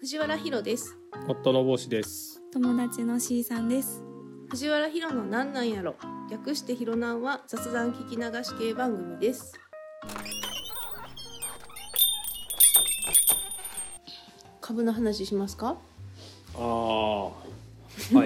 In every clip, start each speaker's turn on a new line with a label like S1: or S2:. S1: 藤原ひろです
S2: 夫の帽子です。
S3: 友達の C さんです
S1: 藤原ひろのなんなんやろ略してひろなんは雑談聞き流し系番組です株の話しますか
S2: ああ、はい。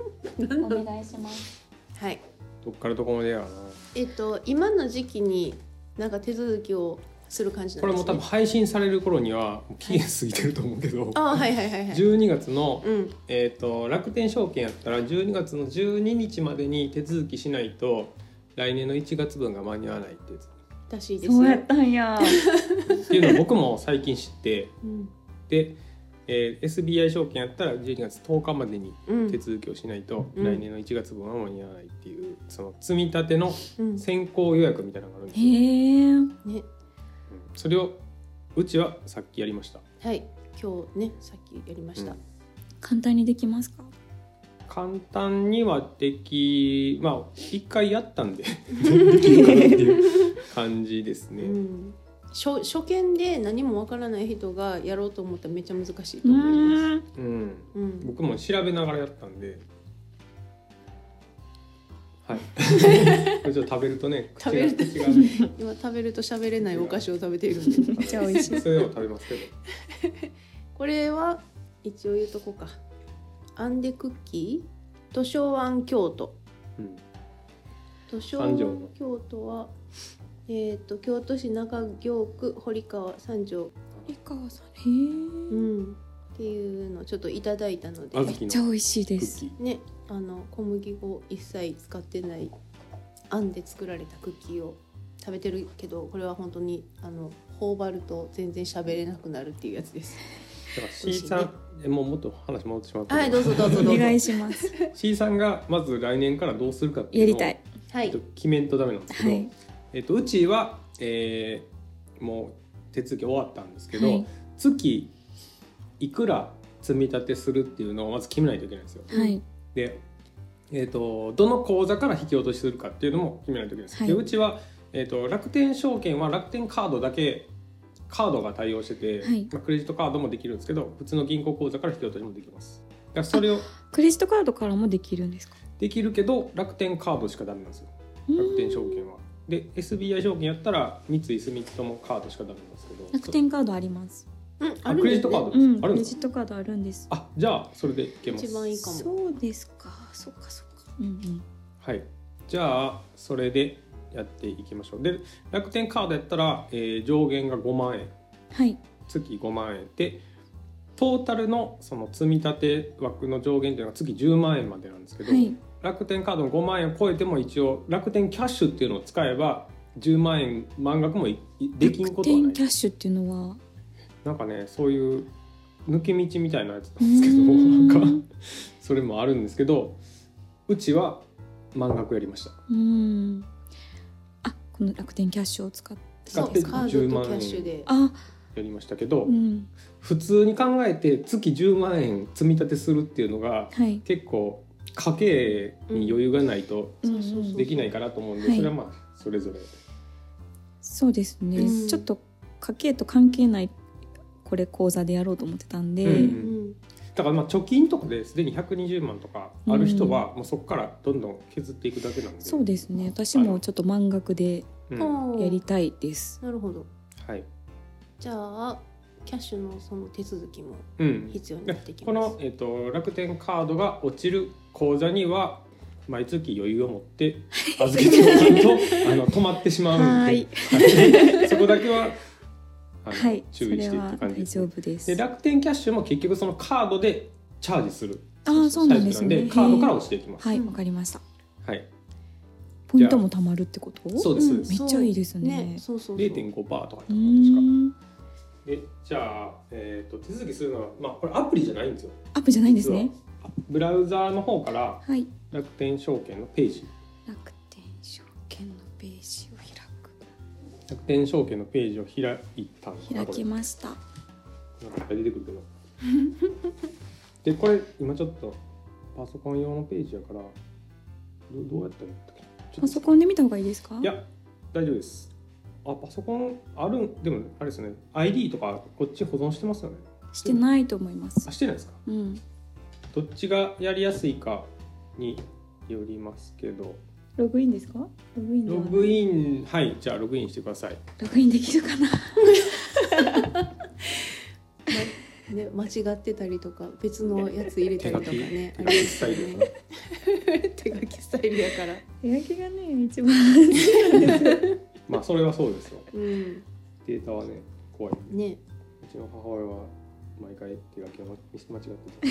S3: お願いします
S1: はい
S2: どっからどこまでやらな。
S1: えっと今の時期になんか手続きをする感じなんで
S2: これ
S1: す、
S2: も
S1: ね、
S2: 多分配信される頃にはもう期限過ぎてると思うけど、
S1: あはいはいはいはい
S2: 12月の
S1: うん
S2: えっ、と楽天証券やったら12月の12日までに手続きしないと来年の1月分が間に合わないってやつ。
S1: らしいです
S3: そうやっ
S1: ね
S3: たんや
S2: っていうのを僕も最近知って、
S1: うん
S2: で、えー SBI 証券やったら12月10日までに
S1: うん
S2: 手続きをしないと
S1: うん
S2: 来年の1月分は間に合わないっていうその積み立ての
S1: うん
S2: 先行予約みたいなのがあるんですよ。
S3: へえ
S1: ね
S2: うんそれをうちはさっきやりました。
S1: はい今日ねさっきやりました、
S2: うん
S3: 簡単にできますか
S2: 簡単にはできまあ一回やったんでできるかなっていう 感じですね。
S1: うん、初初見で何もわからない人がやろうと思ったらめっちゃ難しいと
S3: う
S1: 思います。
S3: ん
S2: うん、
S1: うん、
S2: 僕も調べながらやったんで。はい。これちょっと食べるとね、口
S1: 食
S2: が
S1: べると
S2: 口がね
S1: 今食べると喋れないお菓子を食べているん で
S3: めっちゃ美味しい
S2: それを食べますけど。
S1: これは一応言うとこかアンデクッキー図書庵京都
S2: うん、
S1: 図書
S2: 三
S1: 庵
S2: 条の
S1: 京都はえっ、と京都市中京区堀川三条、
S3: 美川さん
S1: う
S3: へ
S1: ん、っていうのをちょっといただいたので
S2: 小
S3: えめ
S2: 豆
S3: っ
S2: の
S3: ちゃ美味しい
S2: ク
S3: で
S2: ッキ
S3: す
S2: ー。
S1: ねあの小麦粉一切使ってないあんで作られたクッキーを食べてるけどこれは本当にあの頬張ると全然喋れなくなるっていうやつ です
S2: だから C さん、えもうもっと話戻ってしまったけど。
S1: はいどうぞどうぞ
S3: お
S1: どうぞ
S3: 願いします
S2: C さんがまず来年からどうするかってい
S3: や
S2: うのを
S3: りたい
S1: は
S2: ちょ
S1: い
S2: っと決めんとダメなんですけど、
S3: はい
S2: えっとうちは、えーもう手続き終わったんですけど、
S3: はい
S2: 月いくら積み立てするっていうのをまず決めないといけないんですよ。
S3: はい
S2: で、えっとどの口座から引き落としするかっていうのも決めないといけないんです。
S3: はい
S2: でうちは、えっと楽天証券は楽天カードだけカードが対応してて、
S3: はい
S2: まあ、クレジットカードもできるんですけど普通の銀行口座から引き落としもできます。だからそれを
S3: クレジットカードからもできるんですか
S2: できるけど楽天カードしかダメなんですよ。
S3: うん
S2: 楽天証券は。で SBI 証券やったら三井住友カードしかダメなんですけど
S3: 楽天カードあります
S1: うん
S2: あクレジットカード
S3: うん
S2: あ
S3: ク
S2: るん
S3: レ
S2: で
S3: ジ
S2: す
S3: ッ
S2: か
S3: トカードあるんです
S2: あじゃあそれでいけます
S1: 一番いいかも
S3: そうですかそっかそっかうんうん
S2: はいじゃあそれでやっていきましょうで楽天カードやったら、えー上限が5万円
S3: はい
S2: 月5万円でトータルのその積み立て枠の上限っていうのが月10万円までなんですけど、
S3: はい
S2: 楽天カードの5万円を超えても一応楽天キャッシュっていうのを使えば10万円満額もいいできん
S3: 楽
S2: ことはない
S3: 天キャッシュっていうのは
S2: なんかねそういう抜け道みたいなやつ
S3: うー
S2: なんですけど
S3: ん
S2: なんか それもあるんですけどうちは満額やりました
S3: うん。あ、この楽天キャッシュを使って。
S1: そ
S2: 買
S1: う
S2: って
S1: カー
S2: 10
S1: ド
S2: 万
S1: と
S2: 円
S1: キャッシュで
S3: あ、
S2: やりましたけど、
S3: うん。
S2: 普通に考えて月10万円積み立てするっていうのが
S3: はい。
S2: 結構家計に余裕がないと
S1: そうそうそう
S2: できないかなと思うんで、
S3: はい
S2: それはまあそれぞれ、
S3: そうですね。
S1: うん
S3: ちょっと家計と関係ない。これ口座でやろうと思ってたんで。
S2: う
S1: うんん
S2: だからまあ貯金とかですでに120万とかある人はもうそこからどんどん削っていくだけなんで、
S3: そうですね。私もちょっと満額で
S2: うん
S1: おー
S3: やりたいです。
S1: なるほど
S2: はい
S1: じゃあキャッシュのその手続きも
S2: うん、
S1: 必要になってき
S2: こ
S1: ます
S2: の、えっと楽天カードが落ちる口座には毎月余裕を持 って預けておかないとあの止まってしまうんではいそこだけ はあの
S3: はい。そ
S2: 注意
S3: れ
S2: してって
S3: は
S2: いう感じ
S3: 大
S2: です
S3: 丈
S2: ね
S3: 夫です
S2: で。楽天キャッシュも結局そのカードでチャージする
S3: あー、そうなんです
S2: タイ
S3: ね。
S2: プカードから
S3: へー
S2: 落ちていきます。
S3: はい、
S1: うん
S3: わかりました。
S2: はい、
S3: ポイントも貯まるってこと。
S2: そうですそうです
S3: めっちゃいいですね
S1: そうそうそう
S2: 0.5%とか
S3: う
S2: 確
S3: ー
S2: か。
S3: ん。
S2: でじゃあ、えっと手続きするのは、まあ、これアプリじゃないんですよ。
S3: アップじゃないんですね。
S2: 実は。ブラウザーの方から
S3: はい。
S2: 楽天証券のページ
S3: 楽天証券のページを開く。
S2: 楽天証券のページを開いたのかな
S3: 開
S2: こ
S3: き
S2: れ
S3: ました。
S2: なんかいっぱい出てくるけどでこれ今ちょっとパソコン用のページやからどどうやったらいいんだっけちょっと
S3: パソコンで見た方がいいですか。
S2: いや大丈夫ですあパソコンあるんでもあれですね ID とかこっち保存してますよね
S3: してないと思います
S2: あ。してないですか
S3: うん、
S2: どっちがやりやすいかによりますけど
S3: ログインですか？ログインで
S2: ロ
S3: はない
S2: グインはいじゃあログインしてください
S3: ログインできるかな？
S1: ね、間違ってたりとか別のやつ入れた
S2: 手
S1: りと
S2: 書
S1: か
S2: き
S1: ね
S2: 手書きスタイルかな
S1: 手書きスタイルやから
S3: 手書きがね一番。
S2: まあそれはそうですよ
S1: うん
S2: データはね怖い
S1: ね
S2: うちの母親は毎回手書きを間違って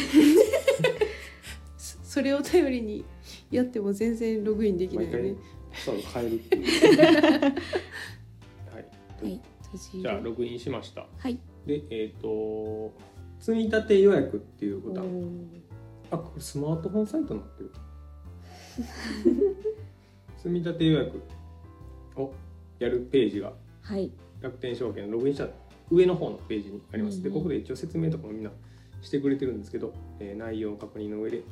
S1: そそれを頼りにやっても全然ログインでき
S2: た
S1: な
S2: 毎
S1: いよね
S2: 回そう変えるっていうはい
S3: はい。閉じる
S2: じゃあログインしました
S3: はい。
S2: でえっ、と積み立て予約っていうボタンあこれスマートフォンサイトになってる 積み立て予約をやるページが
S3: はい。
S2: 楽天証券ログインした上の方のページにあります。で
S3: うんう
S2: こ
S3: ん
S2: こで一応説明とかもみんなしてくれてるんですけど、えー内容を確認の上で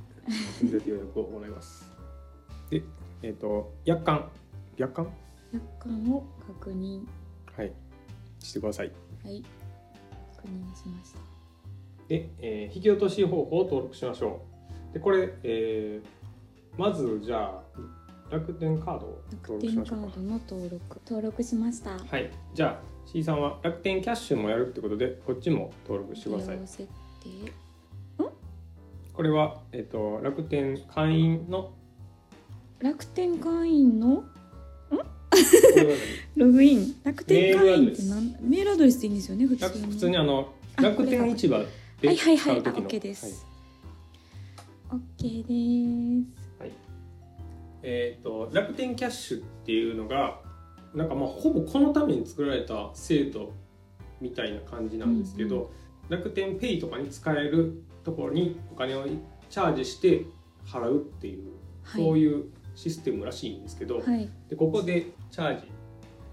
S2: 積み立て予約を行います。 で、えっ、と約款約款
S3: 約款を確認。
S2: はいしてください。
S3: はい。確認しました。
S2: で、えー引き落とし方法を登録しましょう。でこれ、えーまずじゃあ楽天カードを
S3: 楽
S2: 登録し
S3: 天
S2: まし
S3: カ
S2: ょう
S3: ー
S2: か
S3: ド。の登録登録しました。
S2: はい、じゃあ C さんは楽天キャッシュもやるってことでこっちも登録してください
S3: 利用。設定
S2: これは、えっと楽天会員の
S3: 楽天会員の
S2: これは
S3: ログイン楽天会
S2: メールア
S3: 員って
S2: ドレス
S3: なんメールアドレスでいいんですよね普
S2: 楽
S3: 通に
S2: 普通にあの
S3: あ
S2: 楽天市場
S3: は
S2: で
S3: いはいは
S2: 使
S3: いうあ
S2: 時の
S3: OK で
S2: はい
S3: す、OK です
S2: えっと楽天キャッシュっていうのがなんかまあほぼこのために作られた制度みたいな感じなんですけど、楽天ペイとかに使えるところにお金をチャージして払うっていう、
S3: はい
S2: そういうシステムらしいんですけど、
S3: はい
S2: でここでチャージ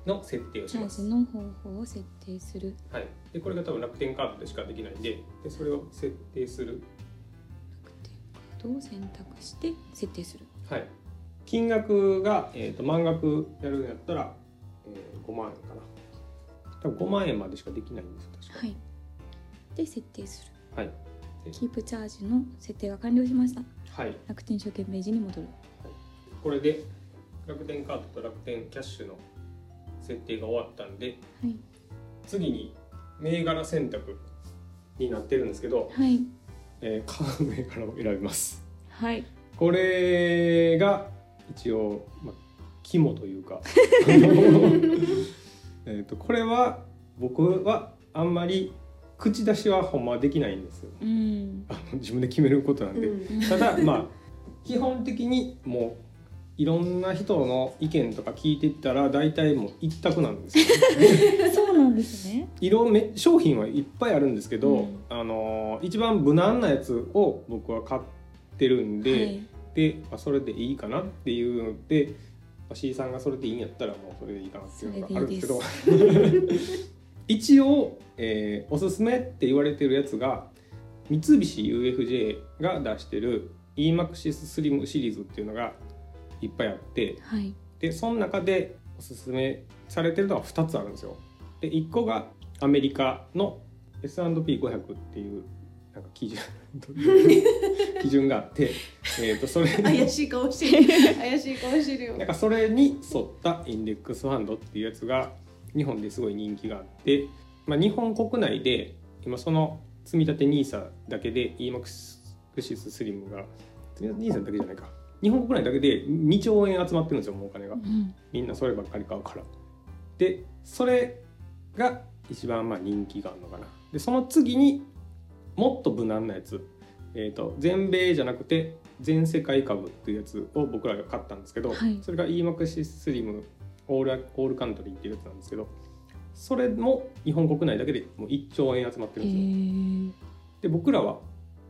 S2: の設定をし
S3: チャ
S2: ま
S3: ー
S2: す
S3: ジ。の方法を設定する
S2: はい、でこれが多分楽天カードでしかできないんででそれを設定する、
S3: 楽天カードを選択して設定する
S2: はい、金額が、えー、と満額やるんやったら、えー、5万円かな多分5万円までしかできないんですよ確か
S3: はいで設定す
S2: は
S3: る
S2: い
S3: キープチャージの設定が完了しました
S2: はい、
S3: 楽天証券ページに戻る
S2: これで楽天カードと楽天キャッシュの設定が終わったんで
S3: はい
S2: 次に銘柄選択になってるんですけど、
S3: はい
S2: えー、買う銘柄を選びます
S3: はい
S2: これが一応、まあ、肝と いうかえっとこれは僕はあんまり口出しはほんまはできないんですよ
S3: うん
S2: あの自分で決めることなんで、
S1: うん
S2: ただまあ基本的にもういろんな人の意見とか聞いてったら大体もう一択なんです よ
S3: そうなんですね
S2: いろんめ商品はいっぱいあるんですけど、
S3: うん
S2: あの一番無難なやつを僕は買ってるんで、
S3: はい
S2: で、まあ、それでいいかなっていうので、まあ、C さんがそれでいいんやったらもうそれでいいかなっていうのがあるんですけど 一応、えーおすすめって言われてるやつが三菱 UFJ が出してる EMAXIS スリムシリーズっていうのがいっぱいあって
S3: はい
S2: でその中でおすすめされてるのは2つあるんですよ。で1個がアメリカの S&P500 っていうなんか基準 基準があって、えー、とそれ
S1: 怪しい顔して る怪しい顔してるよ
S2: なんかそれに沿ったインデックスファンドっていうやつが日本ですごい人気があって、まあ、日本国内で今その積み立て NISA だけで EMAXIS スリムが積み立て NISA だけじゃないか日本国内だけで2兆円集まってるんですよもうお金が
S3: うん
S2: みんなそればっかり買うからでそれが一番まあ人気があるのかなでその次にもっと無難なやつ、えー、と全米じゃなくて全世界株っていうやつを僕らが買ったんですけど、
S3: はい
S2: それが EMAX スリムオールオールカントリーっていうやつなんですけどそれも日本国内だけでもう1兆円集まって
S3: へ
S2: るんですよ、で
S3: ー
S2: 僕らは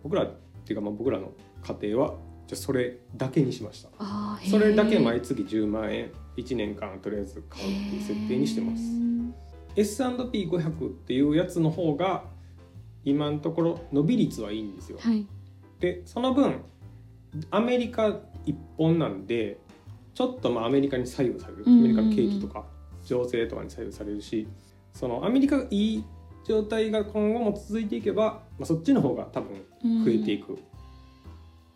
S2: 僕らっていうかまあ僕らの家庭はじゃあそれだけにしました
S3: あーへー
S2: それだけ毎月10万円1年間とりあえず買うっていう設定にしてます
S3: へー
S2: S&P500 っていうやつの方が今のところ伸び率はいいんですよ
S3: はい
S2: でその分アメリカ一本なんでちょっとまあアメリカに左右されるア
S3: うんうん
S2: メ
S3: うん
S2: リカの景気とか情勢とかに左右されるしそのアメリカがいい状態が今後も続いていけば、まあ、そっちの方が多分増えていく。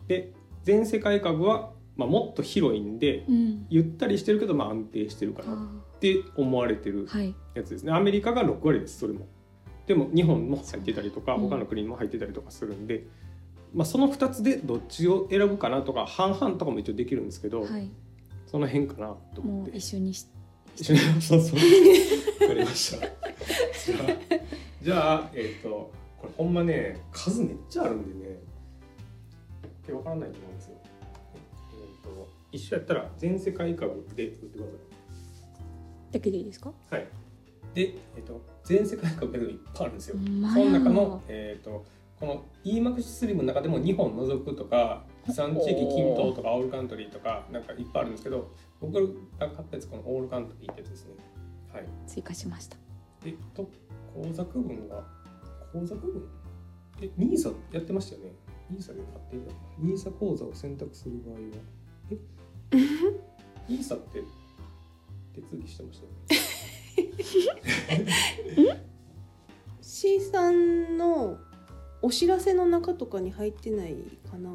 S2: で全世界株は、まあ、もっと広いんで
S3: うん、
S2: ゆったりしてるけど、まあ、安定してるかなっ
S3: あ
S2: て思われてる
S3: ーはい
S2: やつですねアメリカが6割ですそれもでも日本も入ってたりとか
S3: うん
S2: 他の国も入ってたりとかするんで、まあ、その2つでどっちを選ぶかなとか半々とかも一応できるんですけど、
S3: はい
S2: その辺かなと思
S3: も
S2: っ
S3: う
S2: て
S3: 一緒にし
S2: 一緒にそうそうわかりま したじゃあじゃあえっ、とこれほんまね数めっちゃあるんでね分からないと思うんですよえっ、と一緒やったら全世界株で打ってください
S3: だけでいいですか
S2: はい。で、えっと全世界各国いっぱいあるんですよ。
S3: ま
S2: その中の、えっとこの EMAX スリムの中でも日本除くとか資産地域均等とかオールカントリーとかなんかいっぱいあるんですけど僕が買ったやつこのオールカントリーってやつですね。はい。
S3: 追加しました
S2: でと口座区分は口座区分え NISA やってましたよね NISA で買っていいの ?NISA 口座を選択する場合はえ ?NISA って手続きしてましたよね
S1: シーさんのお知らせの中とかに入ってないかな。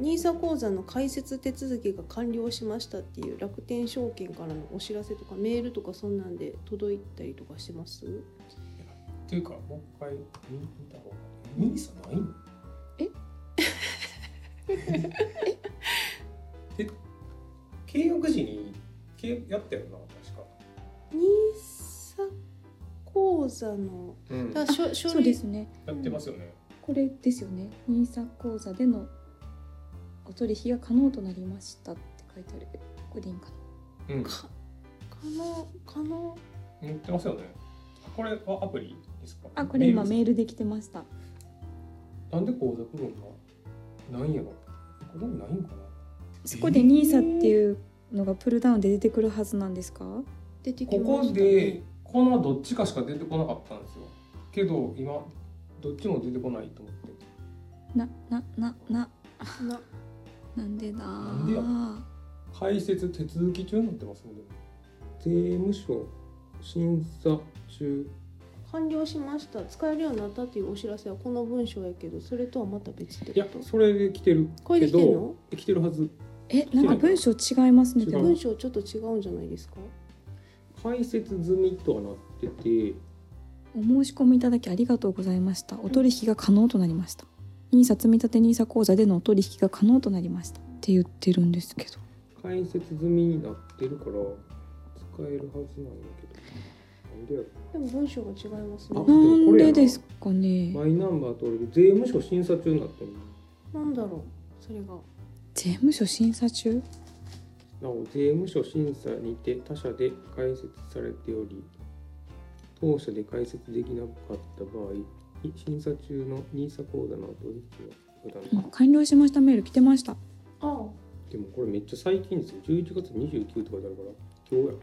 S1: ニーサ口座の開設手続きが完了しましたっていう楽天証券からのお知らせとかメールとかそんなんで届いたりとかしてます
S2: っていうかもう一回見見た方がいい。ニーサないの？
S3: え？
S2: え？契約時に契約やったよな確か。
S1: ニーサ口座の
S2: うん
S1: だ
S2: や
S1: から書書
S3: そう
S1: 類
S3: ですね
S2: ってますよね。
S3: これですよね NISA 口座でのお取引が可能となりましたって書いてあるけどこれでいいんかな
S2: うん。
S1: か可能可能
S2: やってますよね。あこれはアプリですか？
S3: あこれ今
S2: メール
S3: メールできてました
S2: なんで口座区分がないんやろ。ここにないんかな。
S3: そこで NISA っていうのがプルダウンで出てくるはずなんですか
S1: 出てき
S2: こ
S1: ま
S2: こ
S1: した
S2: で
S1: ね。
S2: このどっちかしか出てこなかったんですよ。けど今どっちも出てこないと思って。
S3: なななな
S1: な
S3: なんでだ
S2: なんでや開設手続き中になってますもんね税務署審査中
S1: 完了しました使えるようになったっていうお知らせはこの文章やけどそれとはまた別って
S2: いや
S1: こと
S2: それで来てる
S1: これで来てん
S2: け
S1: の
S2: ど来てるはず
S3: えなんか文章違いますね
S2: 違う
S3: でも
S1: 文章ちょっと違うんじゃないですか
S2: 開設済みとはなってて
S3: お申し込みいただきありがとうございましたお取引が可能となりました NISA 積立 NISA 口座でのお取引が可能となりましたって言ってるんですけど
S2: 開設済みになってるから使えるはずなんだけどなんでやろ
S1: でも文章が違います
S2: あ
S1: ね
S2: でも
S3: な
S2: こ
S3: ん
S2: れやな
S3: でですかね
S2: マイナンバー登録税務署審査中になってる
S1: なんだろうそれが
S3: 税務署審査中
S2: なお税務署審査にて他社で開設されており当社で開設できなかった場合い審査中の NISA 口座の取引は
S3: もう完了しましたメール来てました
S1: あ
S2: でもこれめっちゃ最近ですよ11月29とかであるから今日やど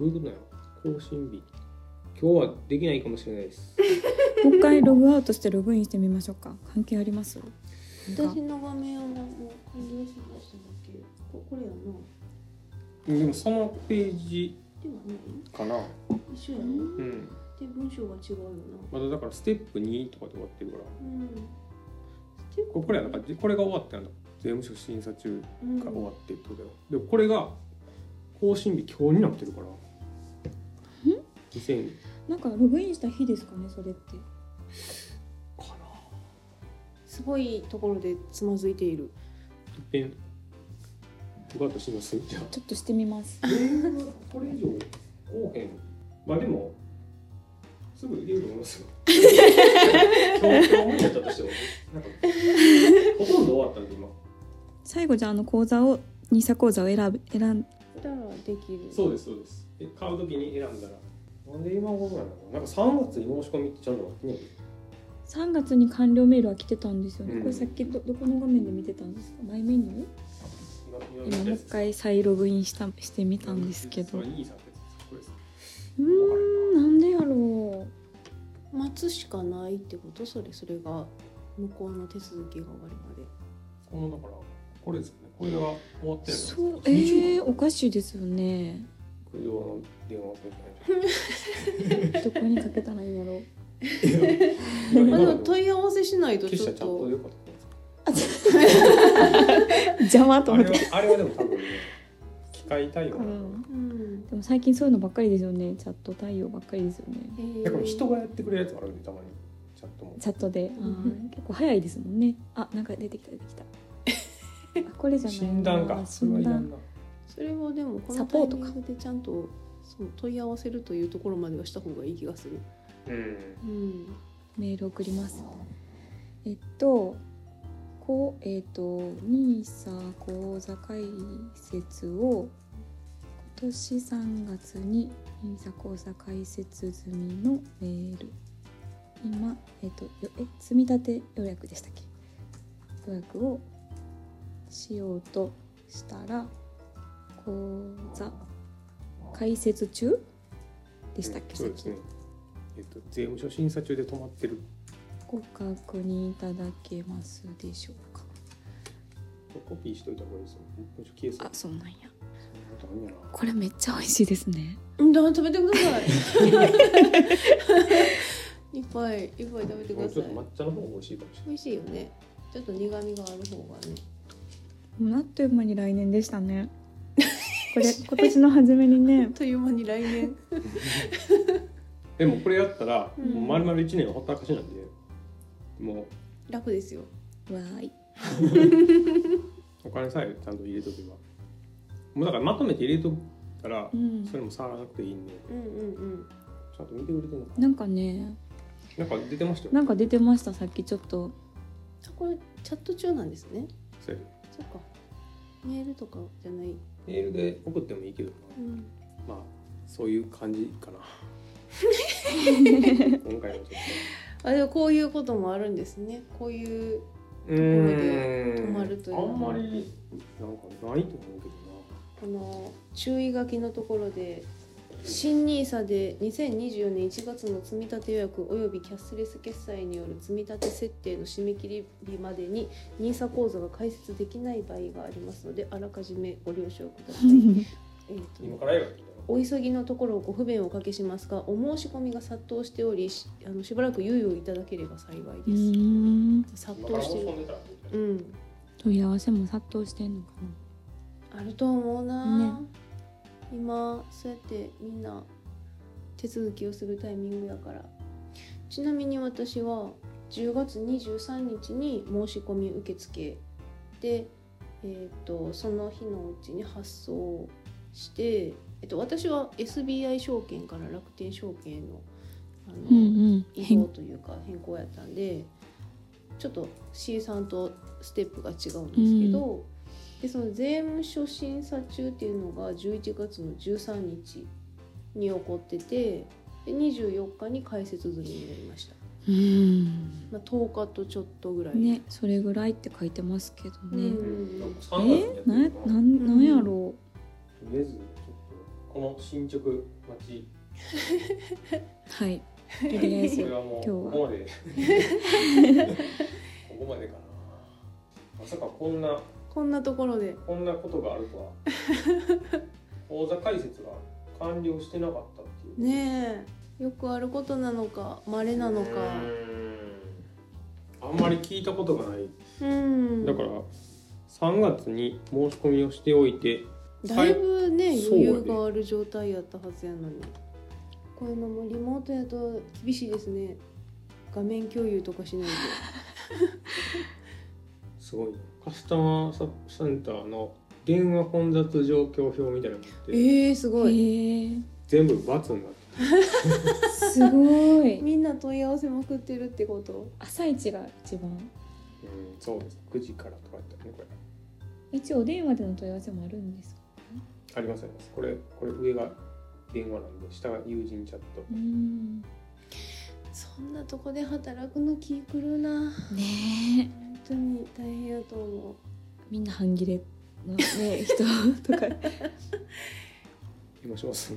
S2: ういうことなの更新日今日はできないかもしれないです
S3: もう一回ログアウトしてログインしてみましょうか関係ありますなんか
S1: 私の画面はもう完了しましただけここれやな
S2: でもそのページ
S1: ではない
S2: かな
S1: 一緒やな
S2: うん
S1: で文章が違うよな
S2: まだだからステップ2とかで終わってるから
S1: うん
S2: これこれやだからこれが終わったんだ税務署審査中
S1: うん
S2: が終わってってことだよでもこれが更新日今日になってるから2000
S3: なんかログインした日ですかねそれって
S2: かな
S1: すごいところでつまずいている
S2: いっぺんよかったしますじゃあ
S3: ちょっとしてみます
S2: これ以上こうへんまあでもすぐ入れると思いますよ今日今日無理やったとしてもなんかほとんど終わったんで今
S3: 最後じゃああの口座を NISA 口座を選ぶ選ん
S1: だからできる
S2: そうですそうですえ買うときに選んだらなんで今頃なのなんか3月に申し込みってちゃんと待ってね
S3: 3月に完了メールは来てたんですよね、
S2: うん
S3: これさっきどどこの画面で見てたんですかマイメニュー
S2: 今
S3: 今もう一回再ログインしたしてみたんですけどう
S2: いいさですこれです
S3: ーんなんでやろう
S1: 待つしかないってことそれそれが向こうの手続きが終わるまで
S2: このだからこれですよねこれが終わってる
S3: そうえー、おかしいですよね
S2: 無料の電話をする
S3: どこにかけたらいいんやろう。
S2: みた
S1: ま
S2: い
S1: あ、
S2: な
S1: でも問い合わせしないと
S2: 消
S1: ち
S2: し
S1: ょ
S2: た
S1: っ
S2: ちゃんと
S1: と
S2: 良かったんですか
S3: 邪魔と
S2: あ
S3: 思
S2: れ
S3: って。
S2: はあれはでも多分ね機械対応
S3: う
S2: なの、
S1: う
S3: ん。
S1: ん
S3: でも最近そういうのばっかりですよね。チャット対応ばっかりですよね。
S1: えー
S2: だから人がやってくれるやつもあるんでたまにチャットも
S3: チャットで、あー
S1: うん
S3: 結構早いですもんね。あ、なんか出てきた出てきた。 あこれじゃないな。
S2: 診断かそれはい
S3: 診
S2: らん
S3: 断。
S2: な
S1: それはでもこ
S3: サ
S1: のタ
S3: ポ
S1: イ
S3: ート
S1: ミ
S3: か
S1: ングでちゃんとその問い合わせるというところまではした方がいい気がする。
S2: うん
S1: うん、
S3: メール送ります。えっと、こうえっとニーサ講座開設を今年3月にニーサ講座開設済みのメール。今えっとよえ積み立て予約でしたっけ？予約をしようとしたら講座開設中でしたっけ？
S2: そうですねえっと税務署審査中で止まってる
S3: ご確認いただけますでしょうか。
S2: コピーしといた方がいいですよ文書消えそう
S3: あ、そうなんや。
S2: ダメやな
S3: これめっちゃ美味しいですね。
S1: うん、だ食べてくださ い。いっぱいいっぱい食べてく
S2: も
S1: だ
S2: うち
S1: さ
S2: ょっと抹
S1: い。
S2: 茶の方が美味しいかもしれない
S1: 美味しいよね。ちょっと苦味がある方がね。
S3: もうあっという間に来年でした ね。これ今年の初めにね
S1: あっ。という間に来年。
S2: でもこれやったら、
S1: うん
S2: もう丸々1年はほったらかしなんでもう
S1: 楽ですよ。
S3: わーい。
S2: お金さえちゃんと入れとけばもうだからまとめて入れとったら、
S3: うん
S2: それも触らなくていいんで
S1: うんうん
S2: ちゃんと見てくれてるのか
S3: なんかね、
S2: ななんか出てましたよ
S3: なんか出てました。さっきちょっと。
S1: うん。これチャット中なんですね。
S2: そうや
S1: そっか。メールとかじゃない。
S2: メールで送ってもいいけどな、
S1: うん。
S2: まあそういう感じか な今回はちょっと
S1: あでもこういうこともあるんですね。こういう
S2: う
S1: ところで止まるというのは
S2: あんまりなんかないと思うけど
S1: この注意書きのところで新ニーサで2024年1月の積み立て予約およびキャッシュレス決済による積み立て設定の締め切り日までにニーサ口座が開設できない場合がありますのであらかじめご了承ください。えーと
S2: な今からやる
S1: お急ぎのところご不便をおかけしますがお申し込みが殺到しておりしあのしばらく猶予いただければ幸いです。
S3: ん。
S1: 殺
S2: 今から
S1: 到し
S2: 申して込ん
S1: る。
S2: でたら
S1: うん、
S3: 問い合わせも殺到してんのか
S1: あると思うな、
S3: ね
S1: 今そうやってみんな手続きをするタイミングやからちなみに私は10月23日に申し込み受付で、えー、とその日のうちに発送して、えっと私は SBI 証券から楽天証券のあの、
S3: な。うんうん。
S1: 移動というか変更やったんでちょっと C さんとステップが違うんですけど、でその税務署審査中っていうのが11月の13日に起こっててで24日に開設済みになりました、
S3: うん。
S1: まあ、10日とちょっとぐらい、
S3: ね、それぐらいって書いてますけど
S1: う
S3: ね。
S1: ん
S2: なんか
S3: え
S2: 3月に
S3: な
S2: やってるのかな
S3: なんなんやろう。
S2: とりあえずちょっとこの進捗待ち
S3: はい。とりあえ
S2: こ れ
S3: ず。
S2: はもう
S3: 今日は
S2: ここまでここまでかなまさかこんな
S1: こんなところで
S2: こんなことがあるとは 口座開設が完了してなかったっていう
S1: ねえよくあることなのかまれなのか
S2: うーんあんまり聞いたことがない
S1: うん
S2: だから3月に申し込みをしておいて
S1: だいぶね、
S2: は
S1: 余
S2: い
S1: 裕
S2: そうやで
S1: がある状態やったはずやのにこういうのもリモートやと厳しいですね画面共有とかしない
S2: すごいなカスタマーセンターの電話混雑状況表みたいなのがあっ
S1: と
S2: て、
S1: えー、すごい
S3: へえ。
S2: 全部×になって
S3: すごい。
S1: みんな問い合わせまくってるってこと
S3: 朝一が一番
S2: る、うん、そうです9時からとかやったねこれ
S3: 一応お電話での問い合わせもあるんですか
S2: ありますありますこれこれ上が電話なんで下が友人チャット
S3: うん
S1: そんなとこで働くの気狂うな
S3: ねえ
S1: 本当に大変やと思う
S3: みんな半切れのね人とか
S2: 今します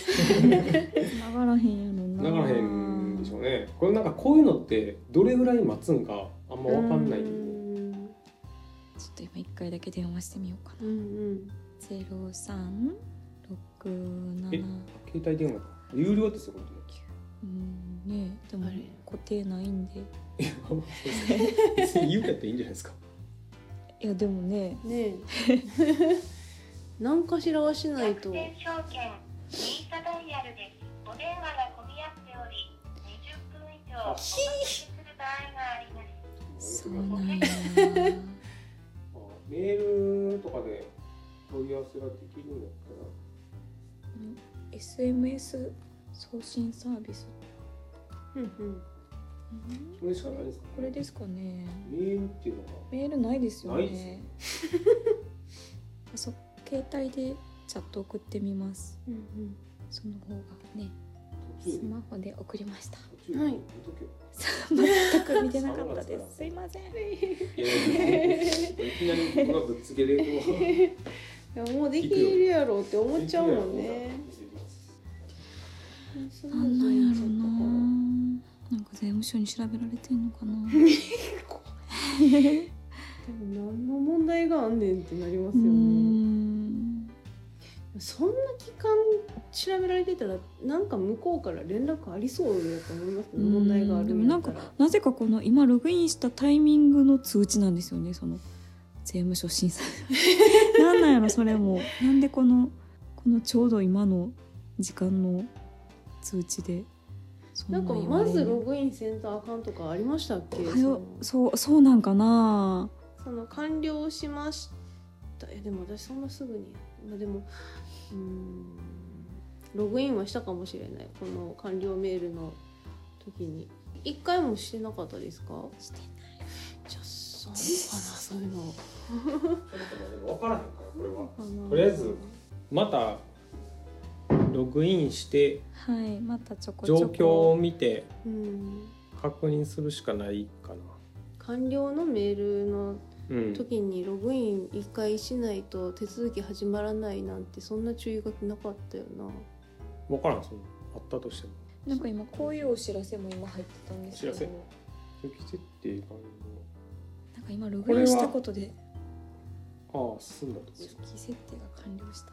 S3: 曲がらへんやろな
S2: ならへんでしょうねこれなんかこういうのってどれぐらい待つんかあんま分かんない
S1: うん
S2: で
S1: ん
S3: ちょっと今一回だけ電話してみようかな
S1: うん
S3: ゼロ三百七。
S2: え携帯電話か有料ですよ本
S3: うん、ねえ、でも
S1: あれ
S3: 固定ないんで。
S2: 当にそうですね別に有料やっていいんじゃないですか
S3: いや、でもね、
S1: ね え何かしらはしないと
S4: 楽天証券ニーサダイヤルです。お電話が混み合っており、20分以上お待ちする場合があります。
S3: そうなんやな。
S2: あメールとかで問い合わせができるんだった
S3: S. M. S. 送信サービス。
S1: うんうん
S3: うん
S2: これしかないですか
S3: これですかね。
S2: メールっていうのが
S3: メールないですよ
S2: ないです
S3: ね。 あ、そう、携帯でチャット送ってみます。
S1: うん
S3: その方がね、
S2: 途中
S3: ス
S2: で
S3: マホで送りました。
S2: 途中で
S1: はい
S2: 見とけよ
S3: 全く見てなかったです。すいません。
S2: いやいきなり僕がぶっつけでこう
S1: うんいやもうできるやろうって思っちゃうもんね
S3: なんなんやろな。なんか税務署に調べられてんのかな。
S1: でも何の問題があんねんってなります
S3: うー
S1: よね
S3: ん。
S1: そんな期間調べられてたらなんか向こうから連絡ありそうだと思いますね
S3: うん
S1: 問題があるんやった
S3: でも
S1: ら
S3: なぜかこの今ログインしたタイミングの通知なんですよねその税務署審 査なんなんやろそれもなんでこのこのちょうど今の時間の通知でそ
S1: なんか
S3: 言
S1: ま
S3: われる
S1: ずログインセンターアカウントかありましたっけ
S3: は
S1: そ
S3: よ
S1: の
S3: そうそうなんかな
S1: その完了しましたえでも私そんなすぐにまあでもうーんログインはしたかもしれないこの完了メールの時に一回もしてなかったですか
S3: して
S1: じゃあそうかなそういうの
S2: 分からへんからこれは
S1: かな
S2: とりあえずまたログインして
S3: はいまたちょこち
S2: 状
S3: ょこ
S2: 況を見て
S1: うん
S2: 確認するしかないかな
S1: 完了のメールの
S2: うん
S1: 時にログイン一回しないと手続き始まらないなんてそんな注意書きなかったよな
S2: 分からんそのあったとしても
S3: なんか今こういうお知らせも今入ってたんですけ
S2: お
S3: ど
S2: 知ら適切っていう感
S3: なんか今ログインしたことで
S2: じのああ進んだとこ
S3: 初
S2: ですか
S3: 期設定が完了した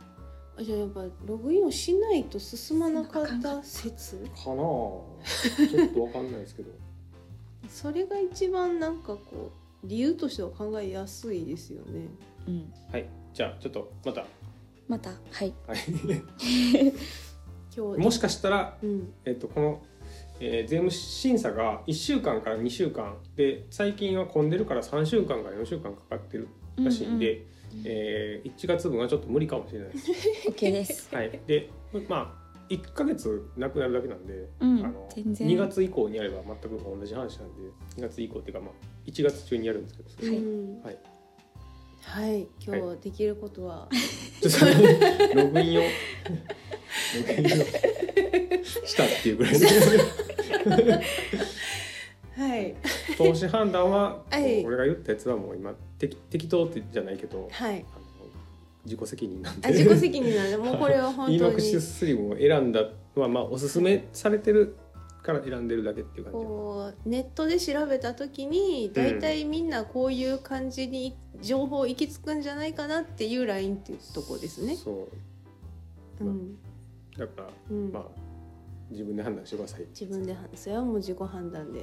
S1: あじゃあやっぱログインをしないと進まなかった説
S2: かなあちょっと分かんないですけど
S1: それが一番なんかこう理由としては考えやすいですよね。
S3: うん
S2: はいじゃあちょっとまた、
S3: またはい
S2: はい、
S1: 今日
S2: もしかしたら
S1: うん
S2: えっと、この、えー税務審査が1週間から2週間で最近は混んでるから3週間から4週間かかってるらしいんで、
S3: うんうん
S2: えー1月分はちょっと無理かもしれない です。
S3: OK です。
S2: はい、でまあ1ヶ月なくなるだけなんで、
S3: う
S2: あ
S3: ん
S2: の、
S3: 全然。
S2: 2月以降にやれば全く同じ話なんで2月以降っていうか、まあ、1月中にやるんですけどそれ
S1: う
S3: はい
S1: ん
S2: はい
S1: はい今日できることは、
S2: ちょっとログインをログインをしたっていうぐらいで
S1: はい
S2: 投資判断は、
S1: はい
S2: 俺が言ったやつはもう今適適当ってじゃないけど。
S1: はい
S2: あの自己責任なんで
S1: あ自己責任なんでもうこれは本
S2: イー
S1: 当
S2: マック
S1: に
S2: ススリムを選んだのはまあおすすめされてるから選んでるだけっていう感じ
S1: こうネットで調べた時に大体みんなこういう感じに情報行き着くんじゃないかなっていうラインっていうとこですね。
S2: そう
S1: うん
S2: だから
S1: うん
S2: まあ自分で判断してください、
S1: 自分でそれはもう自己判断で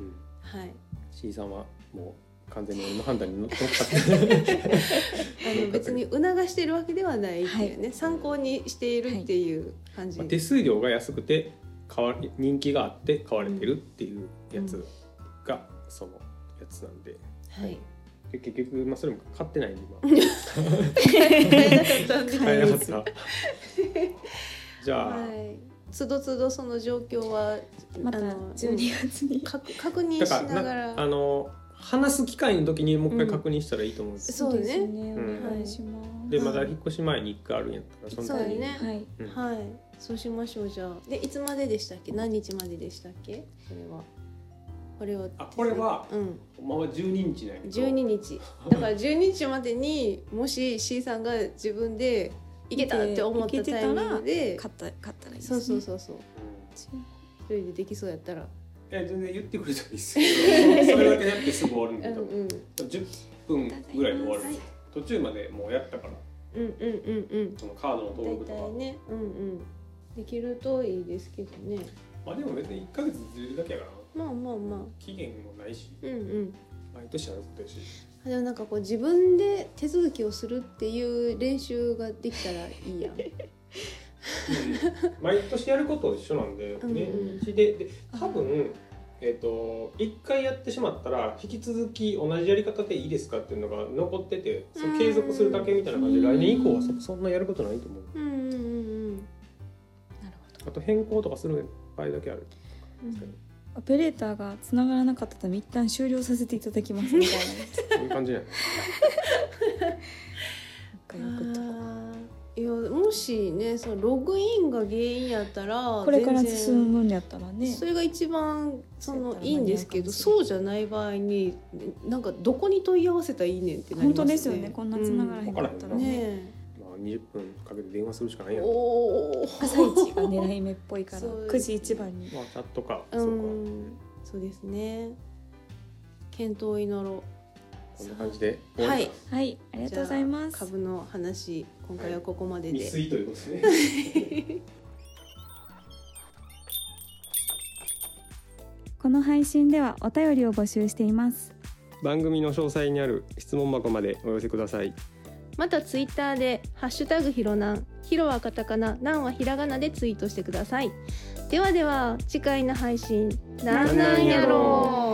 S2: うん、
S1: はい。
S2: C さんはもう完全に俺の判断に乗っかって
S1: あの別に促してるわけではないっていうね、参考にしているっていう感じ、
S2: まあ手数料が安くて買わ人気があって買われてるっていうやつがそのやつなんで
S1: はい
S2: で結局まあそれも買ってないんで今
S1: 買えなかったんで
S2: 買えなかっ
S1: は
S2: た じゃあ、
S1: いつどつどその状況は
S3: また
S1: あの
S3: 12月に。
S1: 確確認
S2: だ
S1: し
S2: から
S1: ながら
S2: あの話す機会の時にもう一回確認したらいいと思うんです、
S1: そうね
S3: ですね。
S2: うん
S3: お願いします。
S2: で
S1: うん
S2: まだ引っ越し前に1回あるんやったらその
S1: そう
S2: 時
S1: だ
S2: に
S1: ね
S3: はい。
S2: うん
S1: はいそうしましょうじゃあでいつまででしたっけ何日まででしたっけこれはこれは
S2: あこれは
S1: うん
S2: ほんまは12日なんやけど
S1: 12日 だから12日までにもし C さんが自分でいけたって思ったタイミングで
S3: 勝った勝ったらいいです
S1: そ
S3: ね。
S1: うそうそうそう
S2: うん
S3: そう。
S1: 一人でできそうやったら
S2: いや全然言ってくれたらいいですけど それだけやってすぐ終わるん
S1: う
S2: だ
S1: ん
S2: けど
S1: うん
S2: 10分ぐらいで終わる、途中までもうやったから
S1: うんうんうんうん
S2: そのカードの登
S1: 大
S2: 録とか
S1: 体ねうんうんできるといいですけどね
S2: まあでも別に1ヶ月ずれるだけやからな
S1: まあまあまあ
S2: 期限もないし
S1: うんうん
S2: 毎年あることやし
S1: でもなんかこう自分で手続きをするっていう練習ができたらいい やん
S2: 毎年やること一緒なんで
S1: うん
S2: 年一でで多分えっと1回やってしまったら引き続き同じやり方でいいですかっていうのが残っててそれ継続するだけみたいな感じで
S3: う
S2: 来
S3: ん
S2: 年以降はそそんなやることないと思う
S1: うんうんうん
S3: なるほど
S2: あと変更とかする場合だけある
S1: うん
S2: そう
S3: オペレーターが繋がらなかったため一旦終了させていただきますみたいな
S2: そういう感じじゃ ない
S3: なんかよくと
S1: あーいやもしねそのログインが原因やったら
S3: これから
S1: 全然
S3: 進むんやったらね
S1: それが一番そ
S3: そうやっ
S1: の
S3: たら
S1: いいんですけど
S3: 間に合うかもしれない
S1: そうじゃない場合になんかどこに問い合わせたらいいねんってなります
S3: 本
S1: ね
S3: 当ですよねこんな繋がらへんかっ
S2: わか
S3: た
S2: ら
S3: ら
S2: へん
S3: ね
S1: ね
S2: まあ20分かけて電話するしかない
S1: え
S2: やん
S1: おー
S3: 朝一が狙い目っぽいから
S1: そう
S3: 9時一番に
S2: まあチャットか
S1: う
S2: そうか
S1: んそうですね検討を祈ろう
S2: こんな感じで終わ
S1: は
S2: り
S1: い
S2: か
S3: はいありがとうございま
S1: じゃあ
S3: す
S1: 株の話今回はここまでで、
S2: 未遂ということですね
S3: この配信ではお便りを募集しています
S2: 番組の詳細にある質問箱までお寄せください
S1: またツイッターでハッシュタグひろなんひろはカタカナなんはひらがなでツイートしてくださいではでは次回の配信
S2: なんなんやろ